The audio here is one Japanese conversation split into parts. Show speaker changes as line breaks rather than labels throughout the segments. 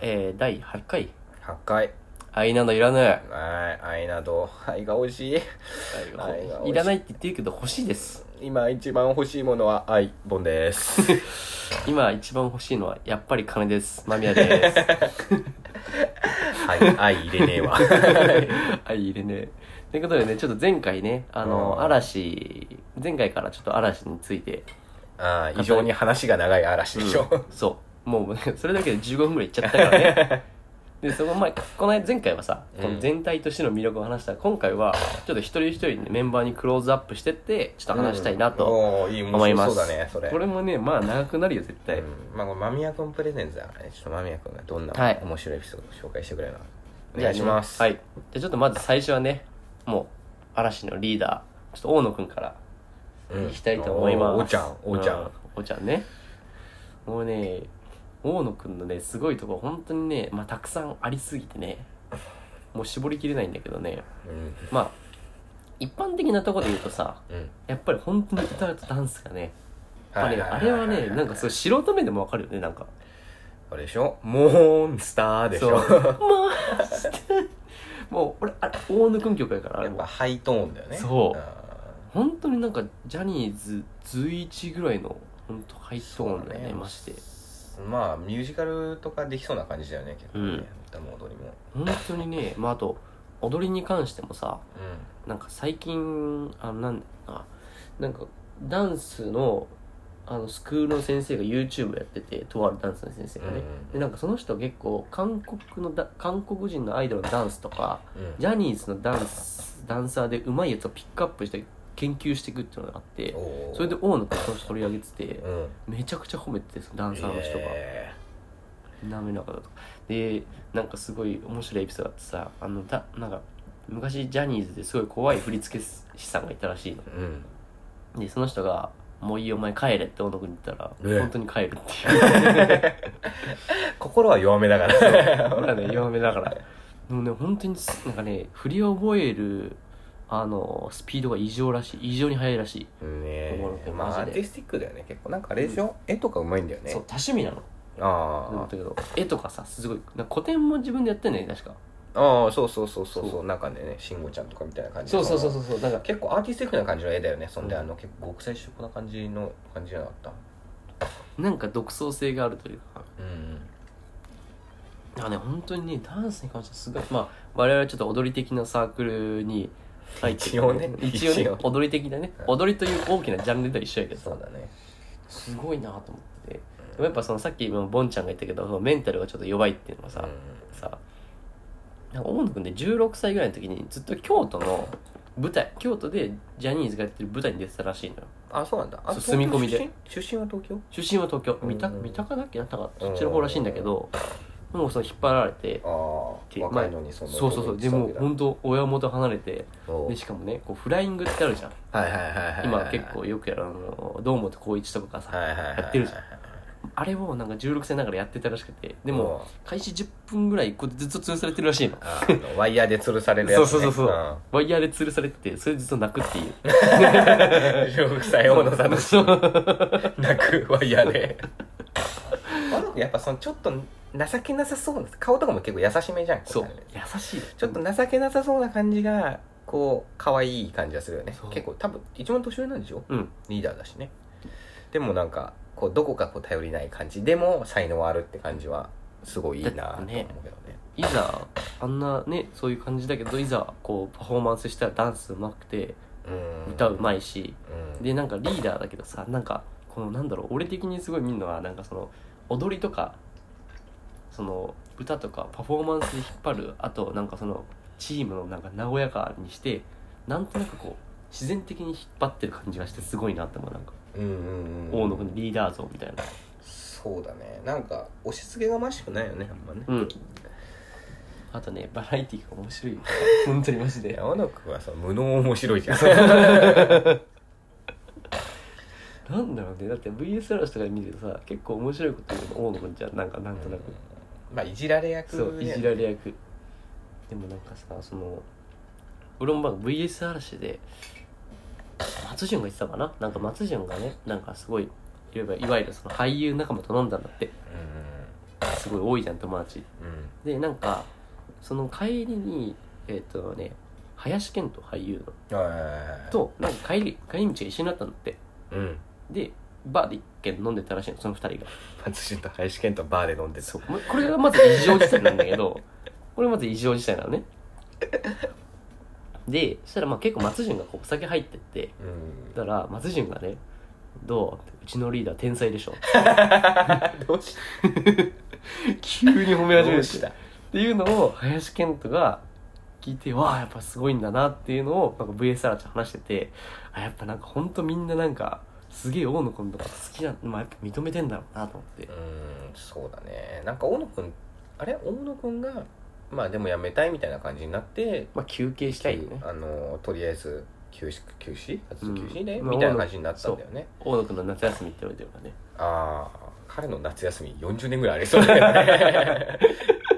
第8回。
8回
愛などいらぬ。愛
はい愛など愛が欲しい
が
愛が欲しい
いらないって言ってるけど欲しいです。
今一番欲しいものは愛本です
今一番欲しいのはやっぱり金です。間宮 です。
はい愛入れねえ わ
愛入れねえ。ということでね、ちょっと前回ね、あの、
うん
嵐、前回からちょっと嵐について、
ああ異常に話が長い嵐でしょ、
そう。もう、 それだけで15分くらいいっちゃったから ね。で、その前、この間前回はさ、
うん
この全体としての魅力を話したら、今回は、ちょっと一人一人、ね、メンバーにクローズアップしてって、ちょっと話したいなと。
おーいい面
思い
白
ます
そうだねそれ
これもねまあ長くなるよ絶対、
うんまあ、これ間宮君プレゼンツだからねちょっと間宮君がどんな
はい
面白いエピソードを紹介してくれるのか、
じ
お
ゃあ
願
ね
いします、
はいじゃあちょっとまず最初はねもう嵐のリーダーちょっと大野くんから
うん
いきたいと思います、
おーおちゃんおちゃん
うおちゃんねもうね大野くんのねすごいとこ本当にね、まあ、たくさんありすぎてねもう絞りきれないんだけどね
うん
まあ一般的なところで言うとさ
うん
やっぱり本当にギターとダンスがねやっぱね
いいい
あれはねなんか
い
そう素人目でもわかるよねなんか
あれでしょモンスターでしょ
そうもう、もう、俺、あれ、大野くん曲やから、あれ
やっ
も
ぱ。ハイトーンだよね
そうん本当になんか、ジャニーズ随一ぐらいの、本当ハイトーンだよね、
そうだね
まして。
まあミュージカルとかできそうな感じだよね結構
う
ね
ん
歌も踊りも
本当にね、まあ、あと、踊りに関してもさ、
うん
なんか最近、あの、なんだろうな、なんか、ダンスの、あの、スクールの先生が YouTube やってて、とあるダンスの先生がね。
うん
で、なんかその人結構、韓国のだ、韓国人のアイドルのダンスとか、
うん
ジャニーズのダンス、ダンサーでうまいやつをピックアップして研究していくっていうのがあって、
おー
それで大野君その人取り上げてて、
うん
めちゃくちゃ褒めてて、そのダンサーの人が。
え
滑らかだとか。で、なんかすごい面白いエピソードがあってさ、あの、だ、なんか、昔ジャニーズですごい怖い振付師さんがいたらしいの。
ーうん
で、その人が、もういいよお前帰れって大野君に言ったら、
ね
本当に帰る っていう。
心は弱めだから
ほらね、弱めだから。でもね、本当にす、なんかね、振りを覚える、あの、スピードが異常らしい。異常に速いらしい。
ねえ
心って
まあ
マ
ア
ジ
ー
で
ティスティックだよね結構なんかあれでしょ絵とかうまいんだよね
そう、多趣味なの。なん
あ
だけど、絵とかさ、すごい、なんか古典も自分でやってんね確か。
あああそうそうそうそう
そ
そう中でね慎吾ちゃんとかみたいな感じ
そうそうそう
う
そう、なんか、
結構アーティスティックな感じの絵だよねそんで
うん
あの結構極彩色な感じの感じじゃなかった
なんか独創性があるというか。
うん
だからね、本当にね、ダンスに関してはすごい、まあ、我々はちょっと踊り的なサークルに入って
一応ね
一応ね
一応、
踊り的なね、
うん
踊りという大きなジャンルでは一緒やけどさ
そうだね
すごいなと思ってて。でもやっぱそのさっきもボンちゃんが言ったけど、そのメンタルがちょっと弱いっていうのがさ、
うん
さなんか大野くんで16歳ぐらいの時にずっと京都の舞台京都でジャニーズがやってる舞台に出てたらしいのよ
あそうなんだあ
そう住み込みで
東京出身出身は東京
出身は東京
うん
三鷹三鷹だっけななんかそっちの方らしいんだけどもうその引っ張られて
ああ若いのにそんな
そうそうそうで
こと
もう
言ってたわ
本当親元離れて
けだそう
でしかもねこうフライングってあるじゃん
はいはいはいはい
今結構よくやるあの堂本光一とかがさや
や
ってるじゃんあれをなんか16歳ながらやってたらしくてでも開始10分ぐらいこうずっと吊るされてるらしいの
あのワイヤーで吊るされるやつ、ね、
そうそうそうそうんワイヤーで吊るされててそれでずっと泣くっていう
16歳大野さんの
そう
泣くワイヤ ーで大野君やっぱそのちょっと情けなさそうな顔とかも結構優しめじゃん
そう
こう
優しい
ちょっと情けなさそうな感じがこう可愛い感じがするよね
そう
結構多分一番年上なんでしょ
うん
リーダーだしねでもなんかこうどこかこう頼りない感じでも才能あるって感じはすごいいいなと思うけどね
いざあんなねそういう感じだけどいざこうパフォーマンスしたらダンスうまくて
うん
歌うまいし
うん
でなんかリーダーだけどさなんかこのなんだろう俺的にすごい見るのはなんかその踊りとかその歌とかパフォーマンスで引っ張るあとなんかそのチームのなんか和やかにしてなんとなくこう自然的に引っ張ってる感じがしてすごいなって思うなんか
うんうんうん
大野君のリーダー像みたいな
そうだねなんか押し付けがましくないよねあんまね
うんあとねバラエティーが面 白い本当にマジで
山野君はさ無能面白いじゃん
なんだろうねだって VS 嵐とか見るとさ結構面白いこと言うの大野くんじゃんなんかなんとなく、
まあいじられ役
そういじられ役でもなんかさその俺もまあ VS 嵐で松潤が言ってたかななんか松潤がねなんかすごいいわゆるいわゆるその俳優仲間と飲んだんだって
う
すごい多いじゃん友達
うん
でなんかその帰りにえっ、とね林遣都俳優の
あー
となんか帰り帰り道が一緒になったんだって
うん
でバーで一軒飲んでたらしいのその二人が
松潤と林健とバーで飲んでた
そうもうこれがまず異常事態なんだけど これまず異常事態なのねでそしたらまあ結構松潤がこうお酒入ってって
うん
たら松潤がね「どううちのリーダー天才でしょ」
どうした
急に褒め始
ど
め
う
て
し
ったていうのを林遣都が聞いてわあやっぱすごいんだなっていうのをなんか VS ラと話しててあやっぱなんかほんとみんななんかすげえ大野君とか好きなまあやっぱ認めてんだろうなと思って
うんそうだねなんか大野くんあれ大野くんがまあでも辞めたいみたいな感じになって
まあ休憩したいよね
あのとりあえず休止休止活動休止ね、
うん
みたいな感じになったんだよね
大野君の夏休みって言われてるからね
ああ彼の夏休み40年ぐらいありそう だよね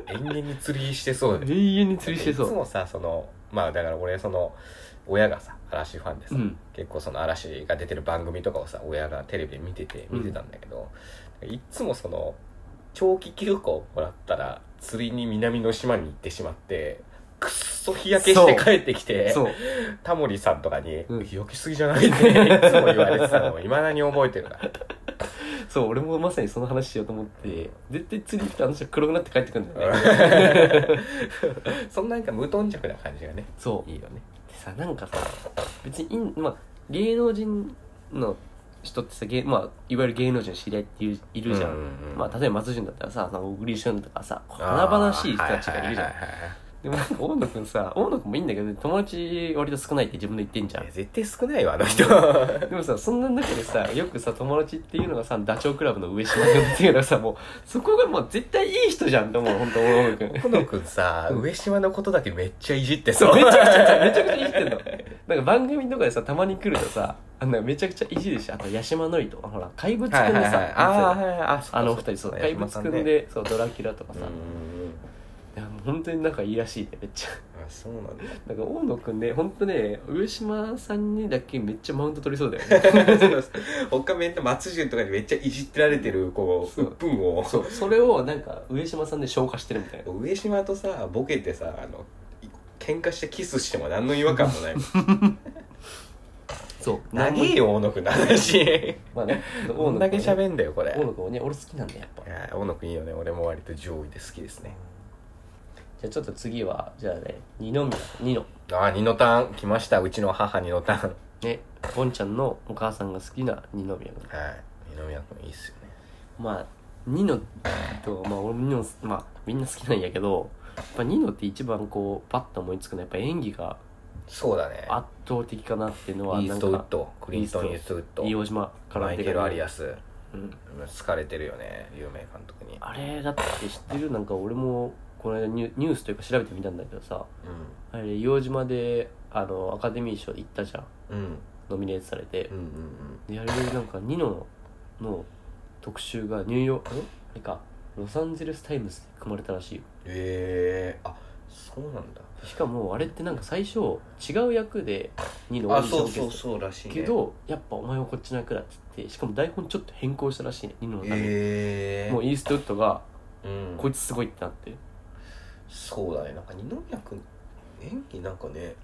延々に釣りしてそうだね
永遠に釣りしてそ
いつ
う
もさそのまあだから俺その親がさ嵐ファンでさ、
うん
結構その嵐が出てる番組とかをさ親がテレビで見てて見てたんだけど、いっつもその長期休暇をもらったら釣りに南の島に行ってしまってくっそ日焼けして帰ってきて
そう
タモリさんとかに「
うん
日焼けしすぎじゃない?」っていつも言われてたのをいまだに覚えてるから
そう俺もまさにその話しようと思って絶対釣り行ってあの人黒くなって帰ってくるんだよね
うん そんななんか無頓着な感じがね
そう
いいよね
でさなんかさ別にいん、まあ、芸能人の人ってさ、芸まあ、いわゆる芸能人の知り合いっていういるじゃん、まあ、例えば松潤だったらさなんか小栗旬とかさ華々しい人たちがいるじゃん、
あーはいはいはいはい
でもなんか大野くんさ大野くんもいいんだけど友達割と少ないって自分で言ってんじゃ
いや
ん
絶対少ないわあの人
でもさそんな中でさよくさ友達っていうのがさダチョウ倶楽部の上島君っていうのはさもうそこがもう絶対いい人じゃんって思う本当大野くん
小野くんさ上島のことだけめっちゃいじって
そ
そうう
めちゃくちゃめちゃくちゃいじってんのなんか番組とかでさたまに来るとさあのめちゃくちゃいじるしあと八島ノリとほら怪物くんでさ、
はいはいは
い
いあー
つら
はいはいあ
あのお二人そう怪物くんで、
ね
そうドラキュラとか
う
さ、
ん
いやもう本当になんかいいらしいねめっちゃ
あそうなんだ
なんか大野くんね本当ね上島さんにだけめっちゃマウント取りそうだよね
他面と松潤とかにめっちゃいじってられてるこう
そう
鬱憤 を
そうそれをなんか上島さんで消化してるみたいな
上島とさボケてさあのい喧嘩してキスしても何の違和感も ないもん
そう
長えよ大野くん の話
まあ ね
こんだけ
る
喋んだよこれ
大野くんはね俺好きなんだよやっぱ
いや大野くんいいよね俺も割と上位で好きですね
じゃあちょっと次はじゃあね二宮二の
ああ二のターン来ましたうちの母二のターン
ね、ボンちゃんのお母さんが好きな二宮君
はい二宮くんいいっすよね
まあ二のとまあ俺も二のまあみんな好きなんやけどやっぱ二のって一番こうパッと思いつくのはやっぱ演技が
そうだね
圧倒的かなっていうのは
イー
な
ス
ん
トウッ
か
ドクリントン・イーストウッド
飯島から
マイ
出
ケ
て
ル・アリアス
うん、
うん好かれてるよね有名監督に
あれだって知ってるなんか俺もこの間ニュニュースというか調べてみたんだけどさあれ硫黄島であのアカデミー賞で行ったじゃん
うんうん
ノミネートされて
うんうん
であれなんかニノの特集がニューヨークあれかロサンゼルス・タイムズで組まれたらしいよ
ええー、あそうなんだ
しかもあれってなんか最初違う役でニノを
あ
オーディション
そ
受けて
うそ
た
うそうらしい、ね、
けどやっぱお前はこっちの役だっつってしかも台本ちょっと変更したらしいねニノのために、
ええー、
もうイーストウッドが
うん、
こいつすごいってなって
そうだねなんか二宮君演技なんかね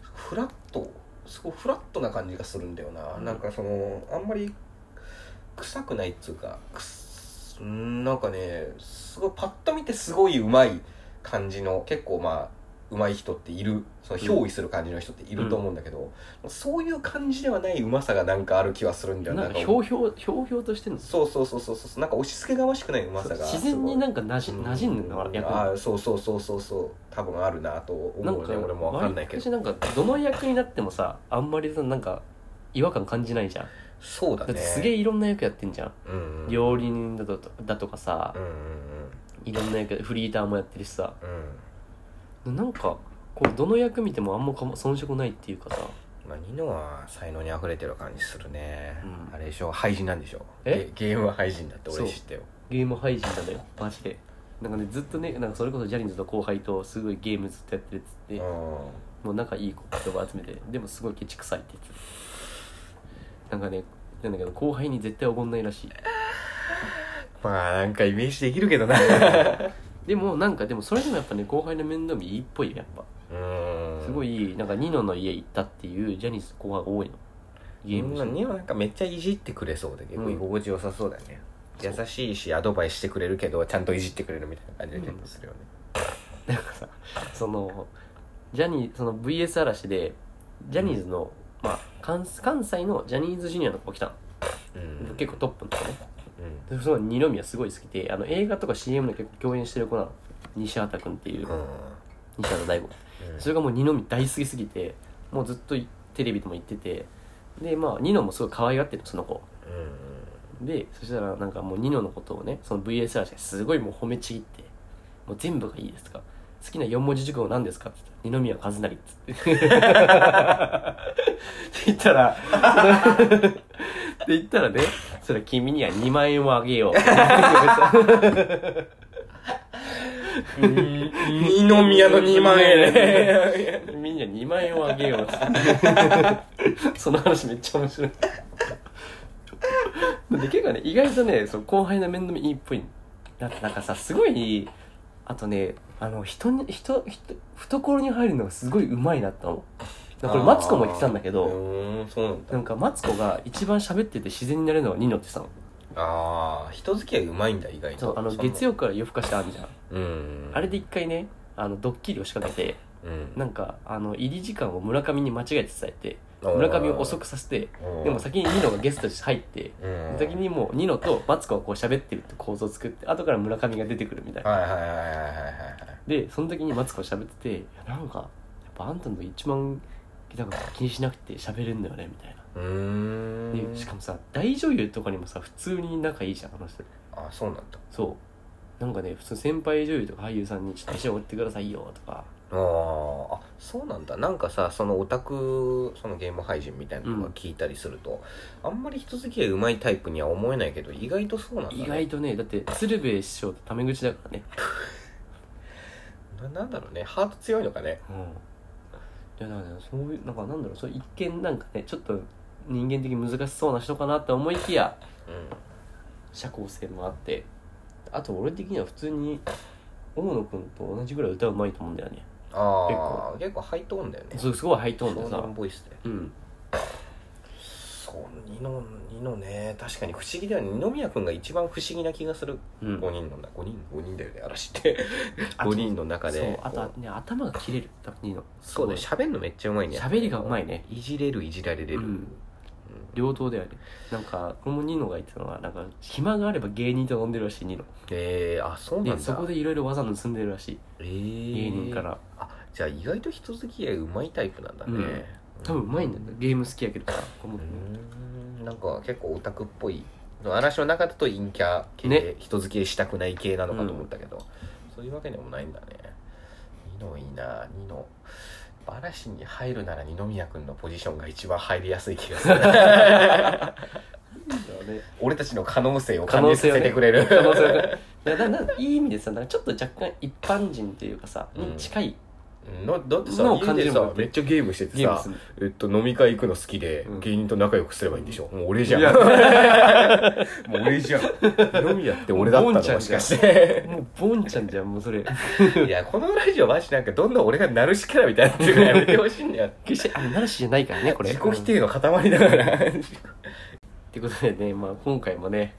フラットすごいフラットな感じがするんだよな、
うん
なんかそのあんまり臭くないっつうかくすうんなんかねすごいパッと見てすごいうまい感じの結構まあうまい人っているその憑依する感じの人っていると思うんだけど、そういう感じではないうまさがなんかある気はするんだよ
なんか
なん
ひ
か
ょうひょうひょうひょうとしてんの
そうそうそうそうそうなんか押し付けがましくないうまさが
自然になんかなじ
うん
馴染んでんの役に
あーそうそうそうそうそう多分あるなと
な
思
ん
う
か
ね俺も分かんないけ
毎年
ど
なんかどの役になってもさあんまりさなんか違和感感じないじゃん
そうだ
だっ
ね
てすげえいろんな役やってんじゃん
うんうん
料理人だとだとかさ
うんうん
いろんな役フリーターもやってるしさ
うんうん
なんかこうどの役見てもあんまかも遜色ないっていうかさ
まあ、ニノは才能に溢れてる感じするね、
うん
あれでしょ廃人なんでしょ
え
ゲゲームは廃人だって
そう
俺知ってよ
ゲーム配信なんだよマジでなんかねずっとねなんかそれこそジャニーズと後輩とすごいゲームずっとやってるっつって、
うん
もう仲いい子とか集めてでもすごいケチくさいって言ってたなんかねなんだけど後輩に絶対おごんないらしい
まあなんかイメージできる けどな
でもなんかでもそれでもやっぱね後輩の面倒見いいっぽいよやっぱ
うん
すごいなんかニノの家行ったっていうジャニーズ後輩が多いのゲームして
うんにはなんかめっちゃいじってくれそうで結構居心地よさそうだね、
そう
優しいしアドバイスしてくれるけどちゃんといじってくれるみたいな感じで結構するよ
な
ね、
んかさそのジャニーその VS 嵐でジャニーズの、まあ、関関西のジャニーズジュニアの子が来たの、
うん
結構トップの子ね
うん
でその二宮すごい好きであの映画とか CM で結構共演してる子なの西畑君っていう、
うん
西畑大吾それがもう二宮大好きすぎてもうずっといテレビでも行っててでまあニノもすごい可愛がってるのその子
うん
でそしたらなんかもうニノのことをねその VS 嵐がすごいもう褒めちぎって「もう全部がいいですか好きな四文字熟語何ですか?」って言ったら二宮和也」っつってって言ったらって言ったらねそれ君には2万円をあげよう
うん二宮の2万円ね
みんな2万円をあげようっつって その話めっちゃ面白いで結構ね意外とねその後輩の面倒見いいっぽいななんかさすごいあとねあの人に人人懐に入るのがすごいうまいなって思う なんかこれマツコも言ってたんだけど
うんそうなんだ
なんかマツコが一番喋ってて自然になれるのはニノってさ
ああ人付き合いうまいんだ意外と
そうあの月曜から夜更かしてあるじゃん
うん
あれで一回ねあのドッキリを仕掛けて
うん
なんかあの入り時間を村上に間違えて伝えて村上を遅くさせて
うん
でも先にニノがゲストとして入って
うん
先にもうニノとマツコがこう喋ってるって構造を作って後から村上が出てくるみたいな
はいはいはいはいはいはい
でその時にマツコ喋ってていやなんかやっぱあんたの一番なんか気にしなくて喋れるんだよねみたいな
うーん
でしかもさ大女優とかにもさ普通に仲いいじゃんあの人
あそうなんだ
そうなんかね普通先輩女優とか俳優さんに「ちょっと飯を追ってくださいよ」とか
あーあそうなんだなんかさそのオタクそのゲーム配信みたいなのが聞いたりすると、あんまり人付き合いうまいタイプには思えないけど意外とそうなんだ、ね、
意外とねだって鶴瓶師匠とタメ口だからね
ななんだろうねハート強いのかね
いやだからねそういうなんかなんだろうそう一見なんかねちょっと人間的に難しそうな人かなって思いきや
う
社交性もあってあと俺的には普通に大野くんと同じぐらい歌うまいと思うんだよね
んああ結構ハイトーンだよね
そうすごいハイトーンで
少
さ
年ボイスで
うん
そうニノニノね確かに不思議だよね二宮君が一番不思議な気がする
うん
5人の中5人5人だよね嵐って
あと
5人の中
そう
で
あと
こ
ね頭が切れるだけいいの
うそうだよ
す
喋るのめっちゃうまい
ごい
ね
喋りがうまいね
いじれるいじられれる、
う
うんん
両党だよねなんかこれもニノが言ってたのはなんか暇があれば芸人と飲んでるらしいニノ
えー、あそうなんだ、
でそこでいろいろ技盗んでるらし
え
い
ー
芸人から
あじゃあ意外と人付き合いうまいタイプなんだね、
うん多分うまいんだよねゲーム好きやけどさこの
うんなんか結構オタクっぽい嵐の中だと陰キャ系、
ね
人付き合いしたくない系なのかと思ったけど、そういうわけでもないんだねニノいいなニノ嵐に入るなら二宮君のポジションが一番入りやすい気がす る俺たちの可能性を感じさせてくれる、
可能性をねだからなないい意味でさなんかちょっと若干一般人というかさ、
うん
に近い
うんのだってさ
のを
家
感じ
で
るもん
さめっちゃゲームしてて
ゲーム
さ
する
えっと、飲み会行くの好きで、
うん
芸人と仲良くすればいいんでしょもう俺じゃん。
いや
もう俺じゃ ん。飲みやって俺だった
も
の
うボンちゃんじゃん
もしかして。
もうボンちゃんじゃんもうそれ
いや、このラジオマジなんかどんどん俺がなるしキャラみたいになってるからやめてほしいんだ よ。
決 してあれなるしじゃないからねこれ
自己否定の塊だから。
ってことでね、まあ、今回もね、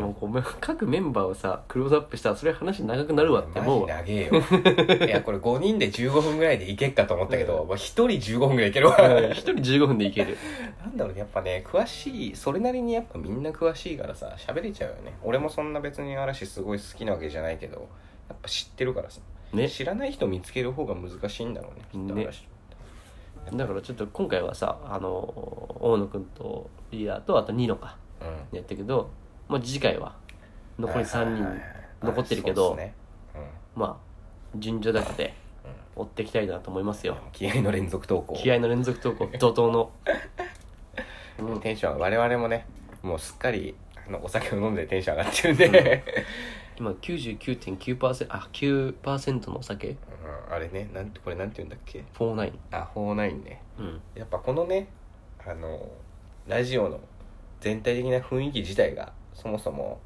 もうこう各メンバーをさクローズアップしたらそれ話長くなるわって思うわ
マジ長えよ。いや、これ5人で15分ぐらいでいけっかと思ったけど、まあ、1人15分ぐらいいけるわ。
うん一人15分でいける
なんだろうねやっぱね詳しいそれなりにやっぱみんな詳しいからさ喋れちゃうよね俺もそんな別に嵐すごい好きなわけじゃないけどやっぱ知ってるからさ、
ね
知らない人見つける方が難しいんだろうねきっと
ね
嵐
だからちょっと今回はさあの大野くんとリーダーとあとニノか
うん
やったけど、まあ、次回は残り3人、
はいはいはいはい
残ってるけど
そうっすね
まあ順序立てて
うんうん
追っていきたいなと思いますよ
気合の連続投稿
気合の連続投稿怒涛の
うんテンション我々もねもうすっかりあのお酒を飲んでテンション上がってるんで、
今99.9%あ9%のお酒
うん、あれねなんてこれなんて言うんだっけ
49
あ法ないね
うん
やっぱこのねあのラジオの全体的な雰囲気自体がそもそも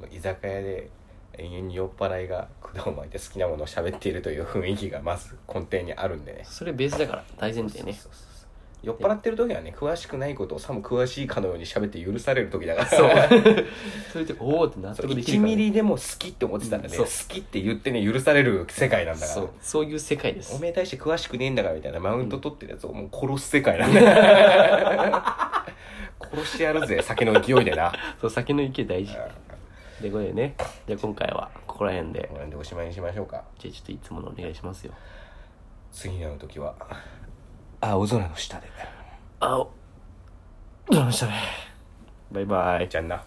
の居酒屋で永遠に酔っ払いが管を巻いて好きなものを喋っているという雰囲気がまず根底にあるんでね
それベースだから大前提ね
そうそうそうそう酔っ払ってる時はね詳しくないことをさも詳しいかのように喋って許される時だから
そう それでおおって納
そう
得できる
1
から
ミ
ね、
リでも好きって思ってたらね、
うんそう
好きって言ってね許される世界なんだから
そうそういう世界です
おめえ対して詳しくねえんだからみたいなマウント取ってるやつをもう殺す世界なんだ 殺してやるぜ酒の勢いでな
そう酒の勢い大事
う
でこれでねじゃあ今回はここら辺で
んなんでおしまいにしましょうか
じゃあちょっといつものお願いしますよ
次の時は青空の下で
あおどうしたねバイバイ
じゃんな